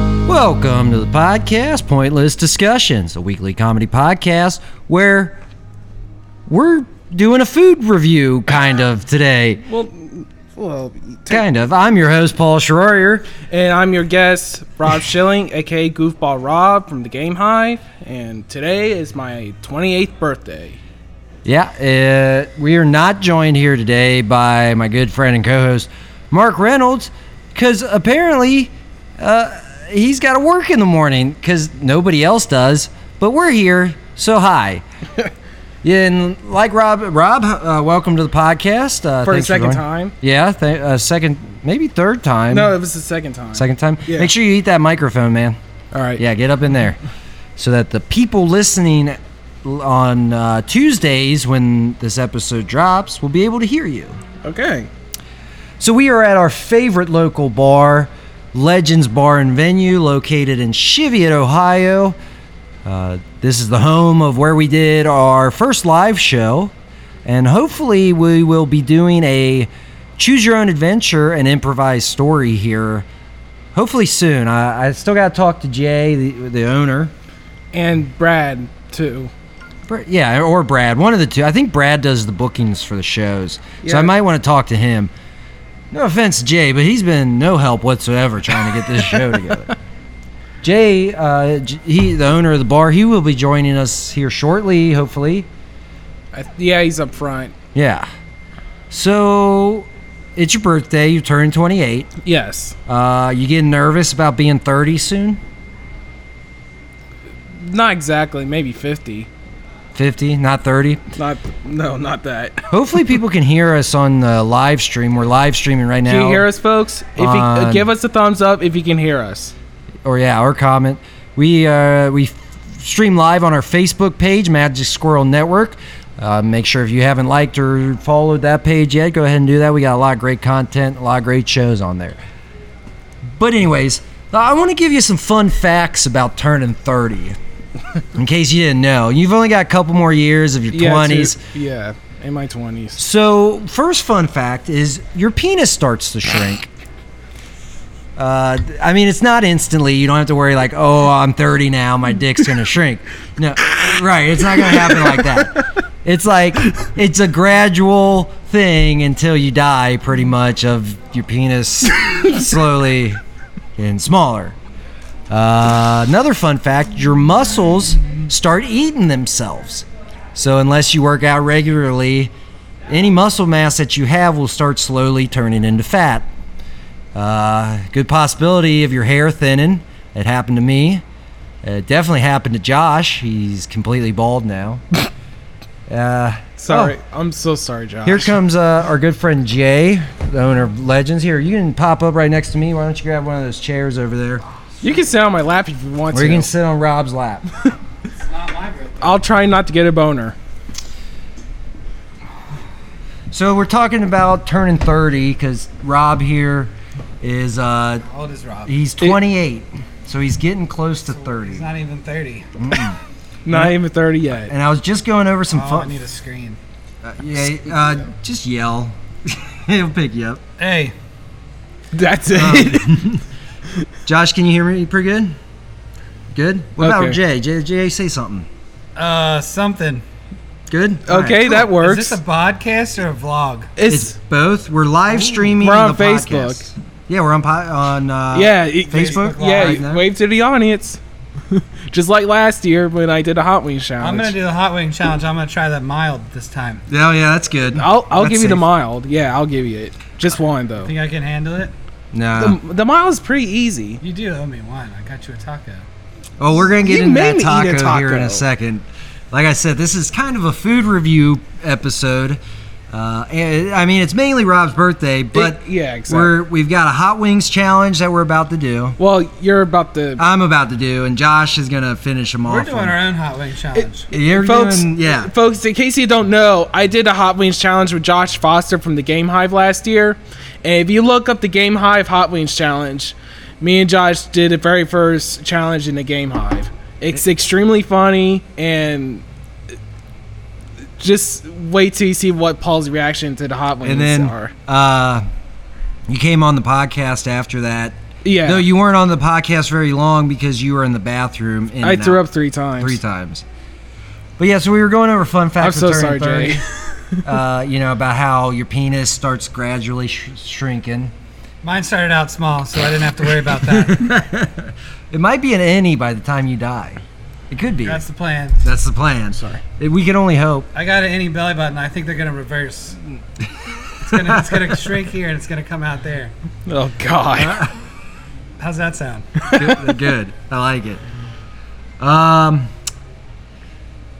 Welcome to the podcast, Pointless Discussions, a weekly comedy podcast where we're doing a food review kind of today. Well, well, Kind of. I'm your host, Paul Schroyer. and I'm your guest, Rob Schilling, aka Goofball Rob from the Game Hive, and today is my 28th birthday. Yeah, uh, we are not joined here today by my good friend and co host, Mark Reynolds, because apparently uh, he's got to work in the morning because nobody else does, but we're here, so hi. Yeah, and like Rob, Rob, uh, welcome to the podcast. Uh, For the thanks second joining. time? Yeah, th- uh, second, maybe third time. No, it was the second time. second time. Yeah. Make sure you eat that microphone, man. All right. Yeah, get up in there, so that the people listening l- on uh, Tuesdays when this episode drops will be able to hear you. Okay. So we are at our favorite local bar, Legends Bar and Venue, located in Cheviot, Ohio. Uh, this is the home of where we did our first live show, and hopefully we will be doing a choose your own adventure and improvised story here. Hopefully soon. I, I still got to talk to Jay, the, the owner. And Brad too. Br- Yeah, or Brad, one of the two. I think Brad does the bookings for the shows, so Yeah. I might want to talk to him. No offense, Jay, but he's been no help whatsoever trying to get this show together. Jay, uh, J- he the owner of the bar, he will be joining us here shortly, hopefully. I, yeah, he's up front. Yeah. So it's your birthday. You turn 28. Yes. Uh, you getting nervous about being 30 soon? Not exactly. Maybe 50. 50, not 30. Not. No, not that. Hopefully, people can hear us on the live stream. We're live streaming right now. Can you hear us, folks? If you uh, on- give us a thumbs up if you can hear us. or yeah, or comment. We uh, we stream live on our Facebook page, Magic Squirrel Network. Uh, make sure if you haven't liked or followed that page yet, go ahead and do that. We got a lot of great content, a lot of great shows on there. But anyways, uh, I want to give you some fun facts about turning thirty. In case you didn't know, you've only got a couple more years of your Yeah, to- twenties. yeah. In my 20s. So, first fun fact is your penis starts to shrink. Uh, I mean, it's not instantly. You don't have to worry like, oh, I'm 30 now, my dick's gonna shrink. No, right? It's not gonna happen like that. It's like it's a gradual thing until you die, pretty much, of your penis slowly getting smaller. Uh, another fun fact your muscles start eating themselves. So, unless you work out regularly, any muscle mass that you have will start slowly turning into fat. Uh, good possibility of your hair thinning. It happened to me. It definitely happened to Josh. He's completely bald now. Uh, Sorry. I'm so sorry, Josh. here comes uh, our good friend Jay, the owner of Legends. Here, you can pop up right next to me. Why don't you grab one of those chairs over there? You can sit on my lap if you want Or to. you can sit on Rob's lap. I'll try not to get a boner. So we're talking about turning 30 because Rob here is uh How old is Rob? he's 28, so he's getting close to 30. He's not even 30. Not even 30 yet. And I was just going over some Oh, I fun. need a screen. yeah, uh, just yell. He'll pick you up. Hey, That's it. Josh, can you hear me? Pretty good. Good. What about Okay. Jay? Jay? Jay, say something. uh, something. Good. All right. okay, that works. Is this a podcast or a vlog? It's both. We're live streaming. We're on the Facebook. podcast. Yeah, we're on po- on uh, yeah, it- Facebook. Facebook yeah. Live now. wave to the audience, just like last year when I did a hot wing challenge. I'm gonna do the hot wing challenge. I'm gonna try that mild this time. Oh yeah, that's good. I'll I'll That's give you the safe. mild. Yeah, I'll give you it. Just one though. Think I can handle it? No. The, the mild is pretty easy. You do owe me one. I got you a taco. Oh, we're gonna get You into made that me eat taco, a here in a taco. second. Like I said, this is kind of a food review episode. Uh, and- I mean, it's mainly Rob's birthday, but It- yeah, exactly. we're we've got a hot wings challenge that we're about to do. well, you're about to. I'm about to do, and Josh is gonna finish them We're off. doing our own hot wing challenge. You're Folks, doing, yeah. folks. In case you don't know, I did a hot wings challenge with Josh Foster from the Game Hive last year, and if you look up the Game Hive hot wings challenge, me and Josh did the very first challenge in the Game Hive. It's extremely funny, and just wait till you see what Paul's reaction to the hot wings And then are. uh, you came on the podcast after that. Yeah. No, you weren't on the podcast very long because you were in the bathroom. In I and threw out up three times. three times. But yeah, so we were going over fun I'm facts. so of turning sorry, 30. Jerry. uh, you know about how your penis starts gradually sh- shrinking. Mine started out small, so I didn't have to worry about that. It might be an innie by the time you die. It could be. That's the plan. That's the plan. Sorry. We can only hope. I got an any belly button. I think they're gonna reverse. It's gonna, it's gonna shrink here and it's gonna come out there. Oh God. How's that sound? good, good. I like it. Um,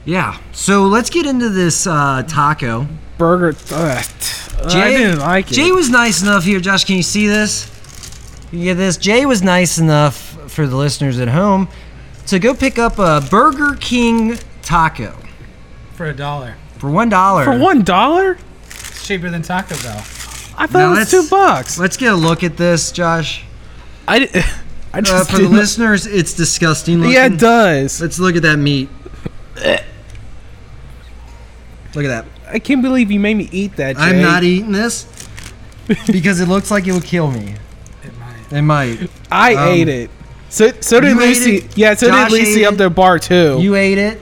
yeah. So let's get into this uh, taco. Burger. Ugh. I didn't like it. Jay was nice enough here. Josh, can you see this? You get this. Jay was nice enough for the listeners at home to go pick up a Burger King taco For a dollar, for one dollar. for one dollar? it's cheaper than Taco Bell. I thought Now it let's- was two bucks. Let's get a look at this, Josh. I. di- I Uh, just for the didn't- listeners, it's disgusting looking. Yeah, it does. Let's look at that meat. Look at that. I can't believe you made me eat that. Jay. I'm not eating this because it looks like it would kill me. It might. It might. I um, ate it. So so did you ate Lucy. it? Yeah, so Josh did Lucy ate up it? the bar too. You ate it.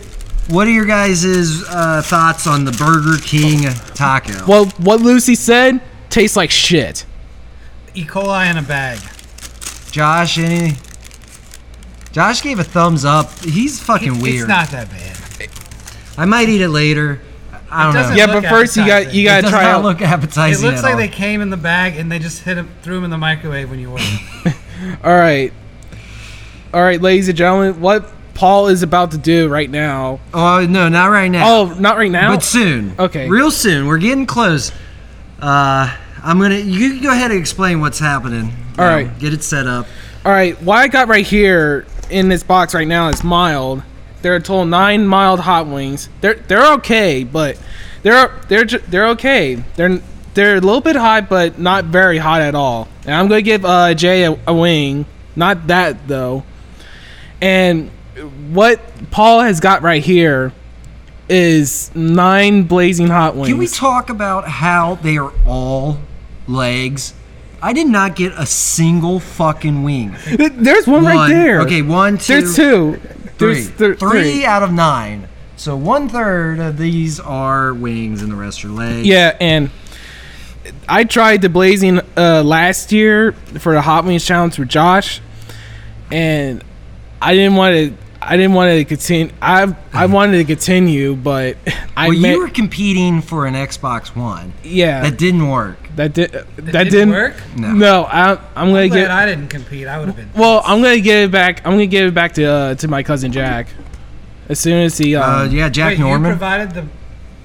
What are your guys' uh, thoughts on the Burger King taco? well, what Lucy said tastes like shit. E. coli in a bag. Josh, any? Josh gave a thumbs up. He's fucking It's- weird. It's not that bad. I might eat it later. I don't know. doesn't- Yeah, look but first you got appetizing. you it gotta does try not out. look It appetizing. looks at like all. they came in the bag and they just hit 'em- threw them in the microwave when you ordered. 'em. All right, all right, ladies and gentlemen, what Paul is about to do right now? Oh no, not right now. Oh, not right now. But soon. Okay. Real soon. We're getting close. Uh, I'm gonna. You can go ahead and explain what's happening. All Um, right. Get it set up. All right, what I got right here in this box right now is mild. They're a total nine mild hot wings. They're they're okay, but they're they're ju- they're okay. They're they're a little bit hot, but not very hot at all. And I'm gonna give uh, Jay a, a wing. Not that though. And what Paul has got right here is nine blazing hot wings. Can we talk about how they are all legs? I did not get a single fucking wing. Th- There's one, right One. there. Okay, one, two, There's two. three. There's th- Three out of nine. So one third of these are wings, and the rest are legs. Yeah, and I tried the blazing uh, last year for the hot wings challenge with Josh, and I didn't want to. I didn't want to continue. I I wanted to continue, but I Well, met- you were competing for an Xbox One. yeah That didn't work. that did that, didn't didn't work? No. No, I I'm gonna I'm glad get. I didn't compete. I would have been. well, I'm gonna give it back. I'm gonna give it back to uh, to my cousin Jack. As soon as he, um, Uh, yeah, Jack Wait, Norman. you provided the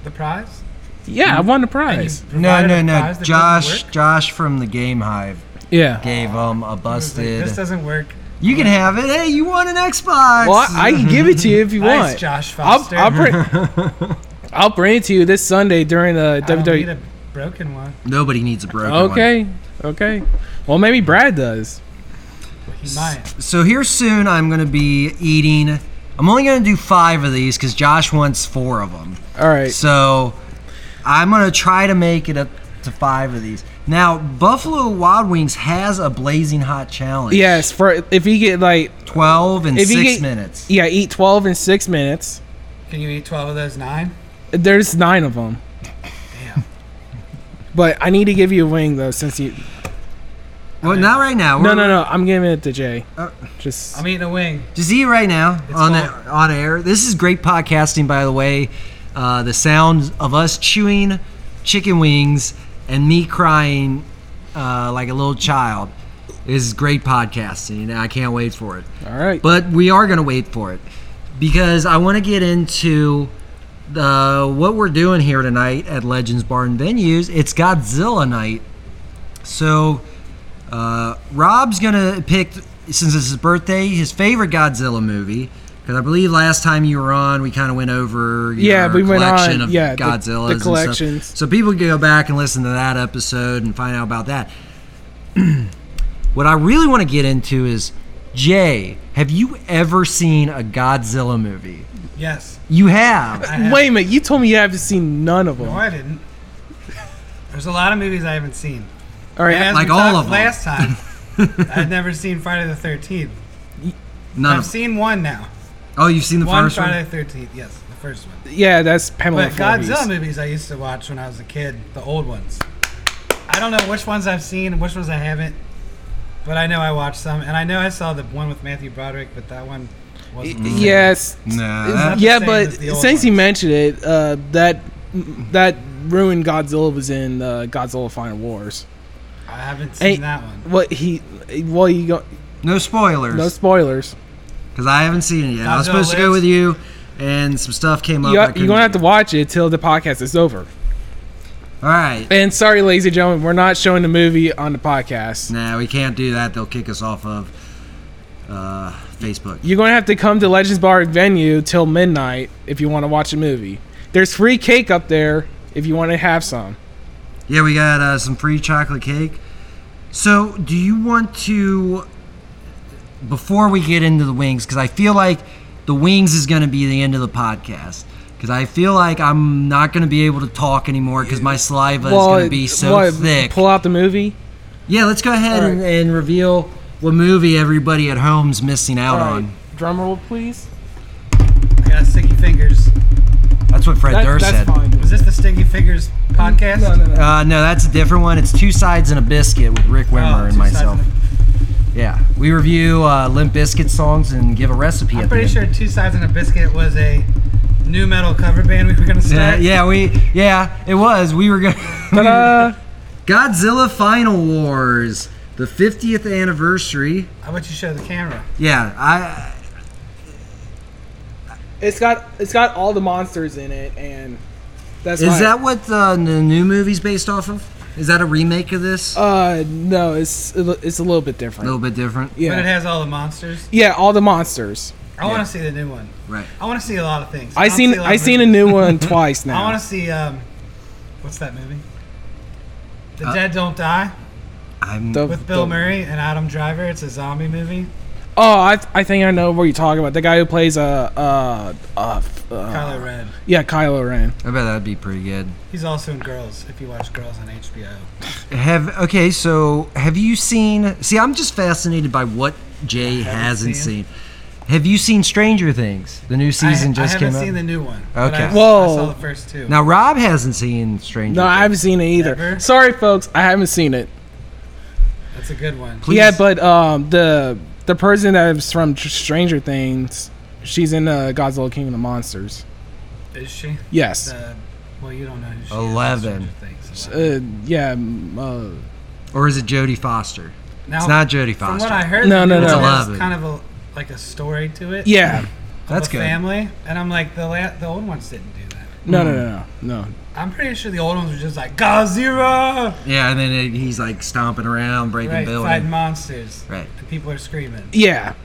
the prize. yeah, I won the And you prize. No, provided no, a no. prize that Josh, doesn't work? Josh from the Game Hive Yeah. gave him a I was like, This busted. doesn't work. You can have it. Hey, you want an Xbox? Well, I, I can give it to you if you want. Nice, Josh I'll, Foster. I'll, bring, I'll bring it to you this Sunday during the I don't E. need WWE. a broken one. Nobody needs a broken one. Okay, okay. Well, maybe Brad does. He might. So here soon, I'm gonna be eating. I'm only gonna do five of these because Josh wants four of them. All right. So I'm gonna try to make it up to five of these. Now, Buffalo Wild Wings has a blazing hot challenge. Yes, for if you get like Twelve and if you six get- minutes. yeah, eat twelve in six minutes. Can you eat twelve of those nine? There's nine of them. Damn. But I need to give you a wing though, since you Well, not right now. no We're- no no. I'm giving it to Jay. Uh, Just I'm eating a wing. Just eat right now It's on cold. a- on air. This is great podcasting, by the way. Uh, the sound of us chewing chicken wings and me crying uh, like a little child is great podcasting, and I can't wait for it. all right. But we are going to wait for it because I want to get into the what we're doing here tonight at Legends Bar and Venues. It's Godzilla night. So uh, Rob's going to pick since it's his birthday, his favorite Godzilla movie. Because I believe last time you were on, we kind of went over your Yeah, we went collection on, of yeah, the- Godzillas the and stuff. collections. So people can go back and listen to that episode and find out about that. What I really want to get into is Jay, have you ever seen a Godzilla movie? Yes. You have. I have- Wait a minute. You told me you haven't seen none of them. No, All I didn't. There's a lot of movies I haven't seen. right. And as Like we all of talked 'em. Last time, I've never seen Friday the Thirteenth. None I've of. seen one now. Oh, you've seen the One first Friday one. the Thirteenth. Yes, the first one. Yeah, that's Pamela. But Godzilla Voorhees. movies I used to watch when I was a kid, the old ones. I don't know which ones I've seen and which ones I haven't, but I know I watched some, and I know I saw the one with Matthew Broderick, but that one wasn't. the same. Yes. Nah, that- yeah, same but as the old since you ones. mentioned it, uh, that that ruined Godzilla was in uh, Godzilla Final Wars. I haven't seen Hey. that one. What he? Well, you go. No spoilers. No spoilers. Because I haven't seen it yet. I was Godzilla supposed to go lives. with you, and some stuff came up. You, I you're couldn't gonna have to do. watch it till the podcast is over. All right. And sorry, ladies and gentlemen, we're not showing the movie on the podcast. Nah, we can't do that. They'll kick us off of uh, Facebook. You're gonna have to come to Legends Bar venue till midnight if you want to watch a movie. There's free cake up there if you want to have some. Yeah, we got uh, some free chocolate cake. So, do you want to, before we get into the wings, because I feel like the wings is going to be the end of the podcast. Because I feel like I'm not going to be able to talk anymore because my saliva is going to be so what, thick. Pull out the movie. yeah, let's go ahead and, and reveal what movie everybody at home's missing out All on. right, drum roll, please. I got sticky fingers. That's what Fred That- Durst that's said. fine. Was this the Stinky Fingers podcast? No, no, no. Uh, no, that's a different one. It's Two Sides and a Biscuit with Rick Oh, Wimmer two and sides myself. and a- Yeah, we review uh, Limp Biscuit songs and give a recipe. at I'm the pretty end. sure Two Sides and a Biscuit was a new metal cover band we were gonna Yeah, start. Uh, yeah, we yeah, it was. We were gonna Ta-da! Godzilla Final Wars, the 50th anniversary. How about you show the camera? Yeah, I It's got it's got all the monsters in it, and that's is why- that what the, the new movie's based off of? Is that a remake of this? A Uh, no, it's it's a little bit different. little bit different. Yeah, But it has all the monsters. yeah, all the monsters. I want to see the new one. Right. I want to see a lot of things. I wanna seen see lot I of seen a movies. new one twice now. I want to see um, what's that movie? The Uh, Dead Don't Die I'm The- with Bill the- Murray and Adam Driver. It's a zombie movie. Oh, I, I think I know what you're talking about. The guy who plays uh uh, uh, Oh. uh Kylo Red. yeah Kylo Ren. I bet that'd be pretty good. He's also in Girls. If you watch Girls on HBO, Have okay, so have you seen? See, I'm just fascinated by what Jay hasn't seen. seen Have you seen Stranger Things? The new season I, just I came haven't out. seen the new one. but Okay. I, I Whoa. saw the first two. now Rob hasn't seen Stranger. No, I Things. haven't seen it either. Ever? Sorry, folks, I haven't seen it. That's a good one. Please. Yeah, but um the the person that is from Tr- Stranger Things, she's in uh, Godzilla King of the Monsters. Is she? Yes. The, well, you don't know who she Eleven. is. Stranger Things. Eleven. Uh, yeah. mm, Uh, or is it Jodie Foster? Now, It's not Jodie Foster. from what I heard, No, the no, new no. one has Eleven. kind of a like a story to it. yeah. of That's a good. Family, and I'm like the la- the old ones didn't do that. No, no, no, no, no. I'm pretty sure the old ones were just like Godzilla, Yeah, and then it, he's like stomping around, breaking right? Fighting buildings. monsters. Right. And people are screaming. Yeah.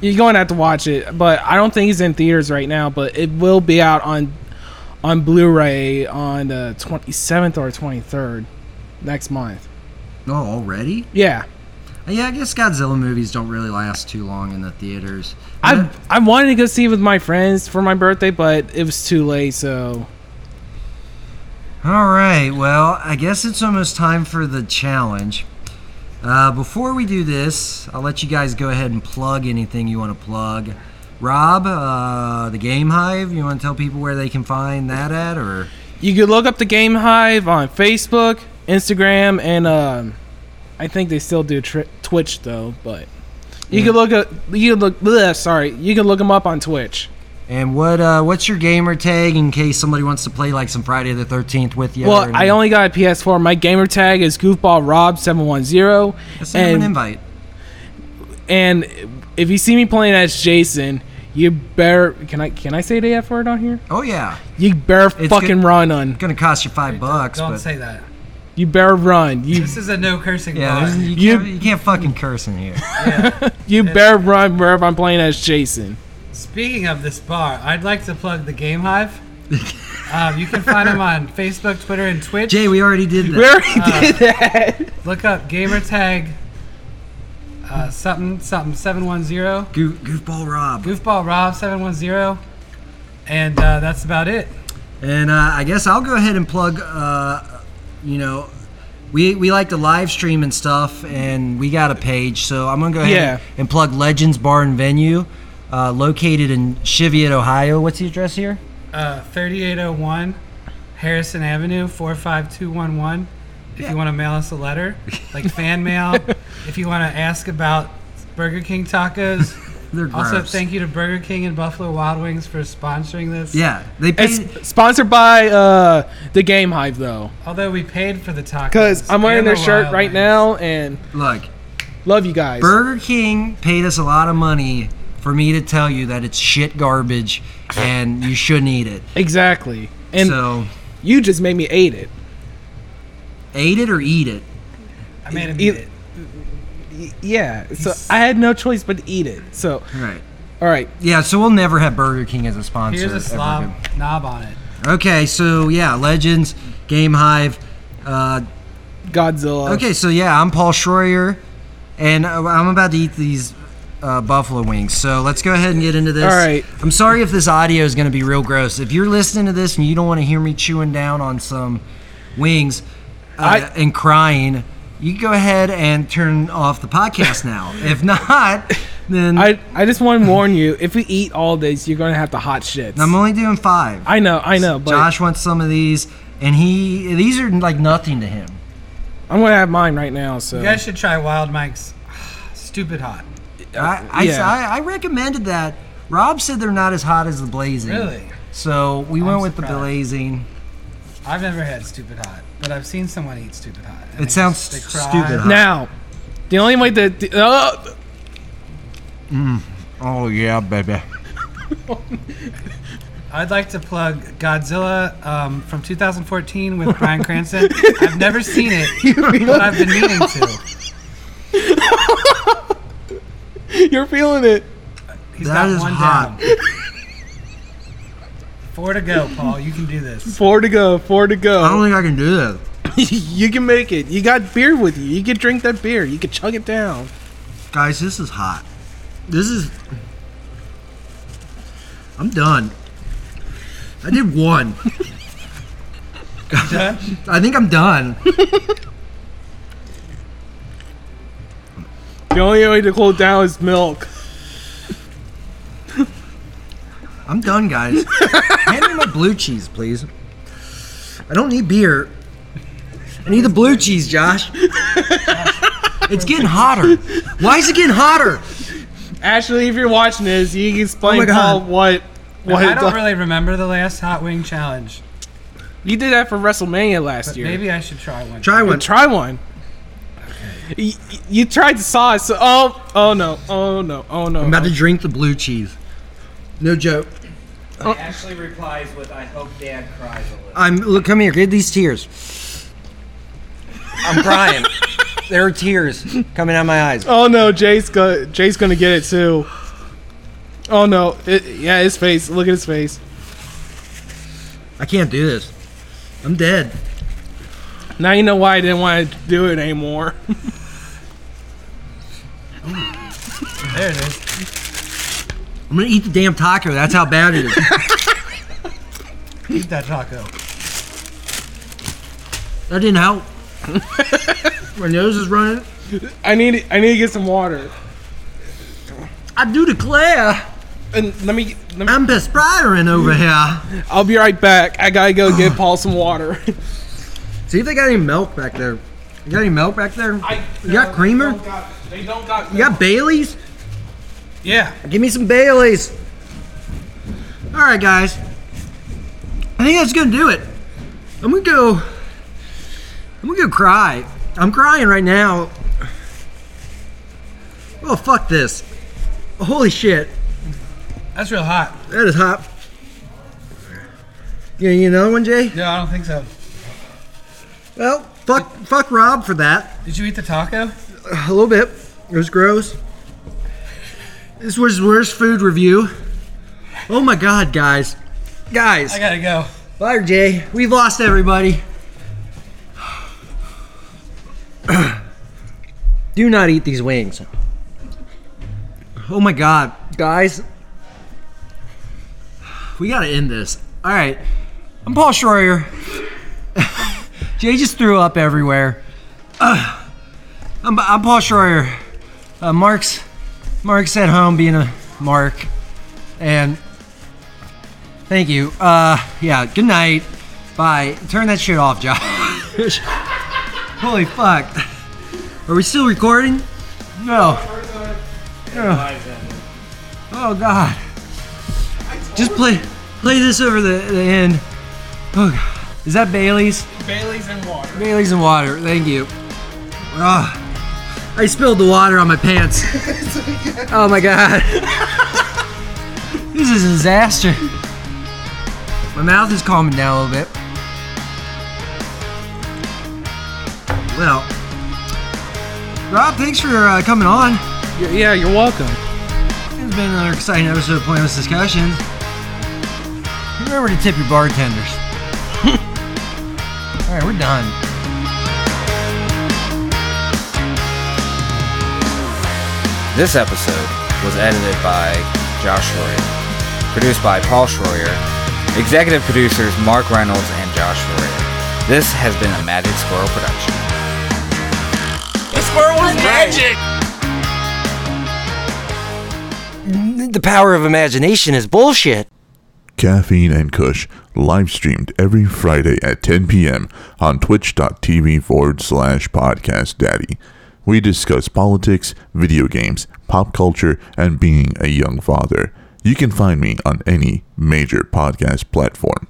You're going to have to watch it, but I don't think it's in theaters right now. But it will be out on on Blu-ray on the 27th or 23rd next month. Oh, already? Yeah, Yeah, I guess Godzilla movies don't really last too long in the theaters. I I wanted to go see it with my friends for my birthday, but it was too late. So All right. Well, I guess it's almost time for the challenge. Uh, before we do this, I'll let you guys go ahead and plug anything you want to plug. Rob, uh, the Game Hive. You want to tell people where they can find that at, or you could look up the Game Hive on Facebook, Instagram, and um, I think they still do tri- Twitch though. But you could look up you could look bleh, sorry you can look them up on Twitch. and what uh, what's your gamer tag in case somebody wants to play like some Friday the Thirteenth with you? Well, or I only got a PS4. My gamer tag is goofballrob710. send them an And, invite. and if you see me playing as Jason, you better can I can I say the F word on here? Oh yeah, You better It's fucking good- run on. gonna cost you five bucks. Don't but say that. You better run. You This is a no cursing yeah, bar. there's- you, You- can't, you can't fucking curse in here. you better run wherever I'm playing as Jason. Speaking of this bar, I'd like to plug the Game Hive. um, you can find them on Facebook, Twitter, and Twitch. Jay, we already did that. We already did that. Look up gamer tag uh, something something seven one zero Goof, goofball Rob. goofball Rob seven one zero, and uh, that's about it. And uh, I guess I'll go ahead and plug, uh, you know, we, we like to live stream and stuff, and we got a page. So I'm gonna go ahead Yeah. and plug Legends Bar and Venue, uh, located in Cheviot, Ohio. What's the address here? Uh, 3801 Harrison Avenue, 45211. If you want to mail us a letter, like fan mail, if you want to ask about Burger King tacos. They're Also, gross. thank you to Burger King and Buffalo Wild Wings for sponsoring this. Yeah, they It's paid. sponsored by uh, the Game Hive though, Although we paid for the tacos. because I'm wearing and their the shirt Wild right Wings. now and Look, love you guys. Burger King paid us a lot of money for me to tell you that it's shit garbage and you shouldn't eat it. Exactly, and so you just made me ate it. ate it or eat it. I made him E- eat it. y- Yeah, so I had no choice but to eat it. So, Right. all right, Yeah, so we'll never have Burger King as a sponsor. Here's ever a slob again. knob on it. Okay, so yeah, Legends, Game Hive. Uh, Godzilla. okay, so yeah, I'm Paul Schroyer, and uh, I'm about to eat these uh, buffalo wings. So let's go ahead and get into this. All right. I'm sorry if this audio is going to be real gross. If you're listening to this and you don't want to hear me chewing down on some wings uh, I- and crying, you can go ahead and turn off the podcast now. if not, then I, I just want to warn you if we eat all this, you're going to have to hot shit. I'm only doing five. I know, I know, but Josh wants some of these, and he these are like nothing to him. I'm going to have mine right now. So, You Oh. guys should try Wild Mike's Stupid Hot. I, I, Yeah. I, I recommended that. Rob said they're not as hot as the blazing. Really? So we I'm went with the surprised. blazing. I've never had Stupid Hot, but I've seen someone eat Stupid Hot. and It they sounds just- they cry. stupid hot. now, the only way that. The, uh, Oh yeah, baby. I'd like to plug Godzilla um, from 2014 with Brian Cranston. I've never seen it, but I've been meaning to. you're feeling it. He's That got is one hot. down. Four to go, Paul. You can do this. Four to go, four to I don't go. think I can do that. you can make it. You got beer with you. You can drink that beer. You can chug it down. Guys, this is hot. This is. I'm done. I did one. Done? I think I'm done. The only way to cool it down is milk. I'm done, guys. Hand me my blue cheese, please. I don't need beer. I need the blue cheese, Josh. It's getting hotter. Why is it getting hotter? Ashley, if you're watching this, you can Oh my explain God. Paul what. What I it does. don't really remember the last Hot Wing Challenge, you did that for WrestleMania last but year. maybe I should try one. Try Well, one. try one. You, you tried the sauce. So, oh, oh no, oh no, oh no. I'm about to drink the blue cheese. No joke. Ashley replies with, "I hope Dad cries a little." I'm look. Come here. Get these tears. I'm crying. there are tears coming out of my eyes. oh no, Jay's go, Jay's gonna get it too. Oh no, it, yeah, his face. Look at his face. I can't do this. I'm dead. Now you know why I didn't want to do it anymore. There it is. I'm gonna eat the damn taco. That's how bad it is. Eat that taco. That didn't help. My nose is running. I need I need to get some water. I do declare, And let me let me. I'm perspiring over here. I'll be right back. I gotta go get Paul some water. See if they got any milk back there. You got any milk back there? you got creamer? They don't got. You got Bailey's? Yeah. Give me some Bailey's. All right, guys. I think that's gonna do it. I'm gonna go. I'm gonna go cry. I'm crying right now. Oh fuck this! Holy shit, That's real hot. that is hot. You gonna eat another one, Jay? No, I don't think so. Well, fuck, fuck Rob for that. Did you eat the taco? A little bit. It was gross. This was worst food review. Oh my god, guys. Guys. I gotta go. Bye, Jay. We've lost everybody. Do not eat these wings. Oh my god, guys. We gotta end this. Alright. I'm Paul Schroyer. Jay just threw up everywhere. I'm, I'm Paul Schroyer. Uh, Mark's Mark's at home being a Mark, and thank you. Uh, yeah. Good night. Bye. Turn that shit off, Josh. Holy fuck. Are we still recording? No. No. Oh God. Just play play this over the, the end. Oh God. Is that Bailey's? Bailey's and water. Bailey's and water. Thank you. Ah, I spilled the water on my pants. oh my god. this is a disaster. My mouth is calming down a little bit. Well, Rob, thanks for uh, coming on. Yeah, you're welcome. It's been another exciting episode of Pointless Discussions. Remember to tip your bartenders. All right, we're done. This episode was edited by Josh Schroyer, produced by Paul Schroyer, executive producers Mark Reynolds and Josh Schroyer. This has been a Magic Squirrel production. The power of imagination is bullshit. Caffeine and Kush, live streamed every Friday at 10 p.m. on twitch.tv forward slash podcast daddy. We discuss politics, video games, pop culture, and being a young father. You can find me on any major podcast platform.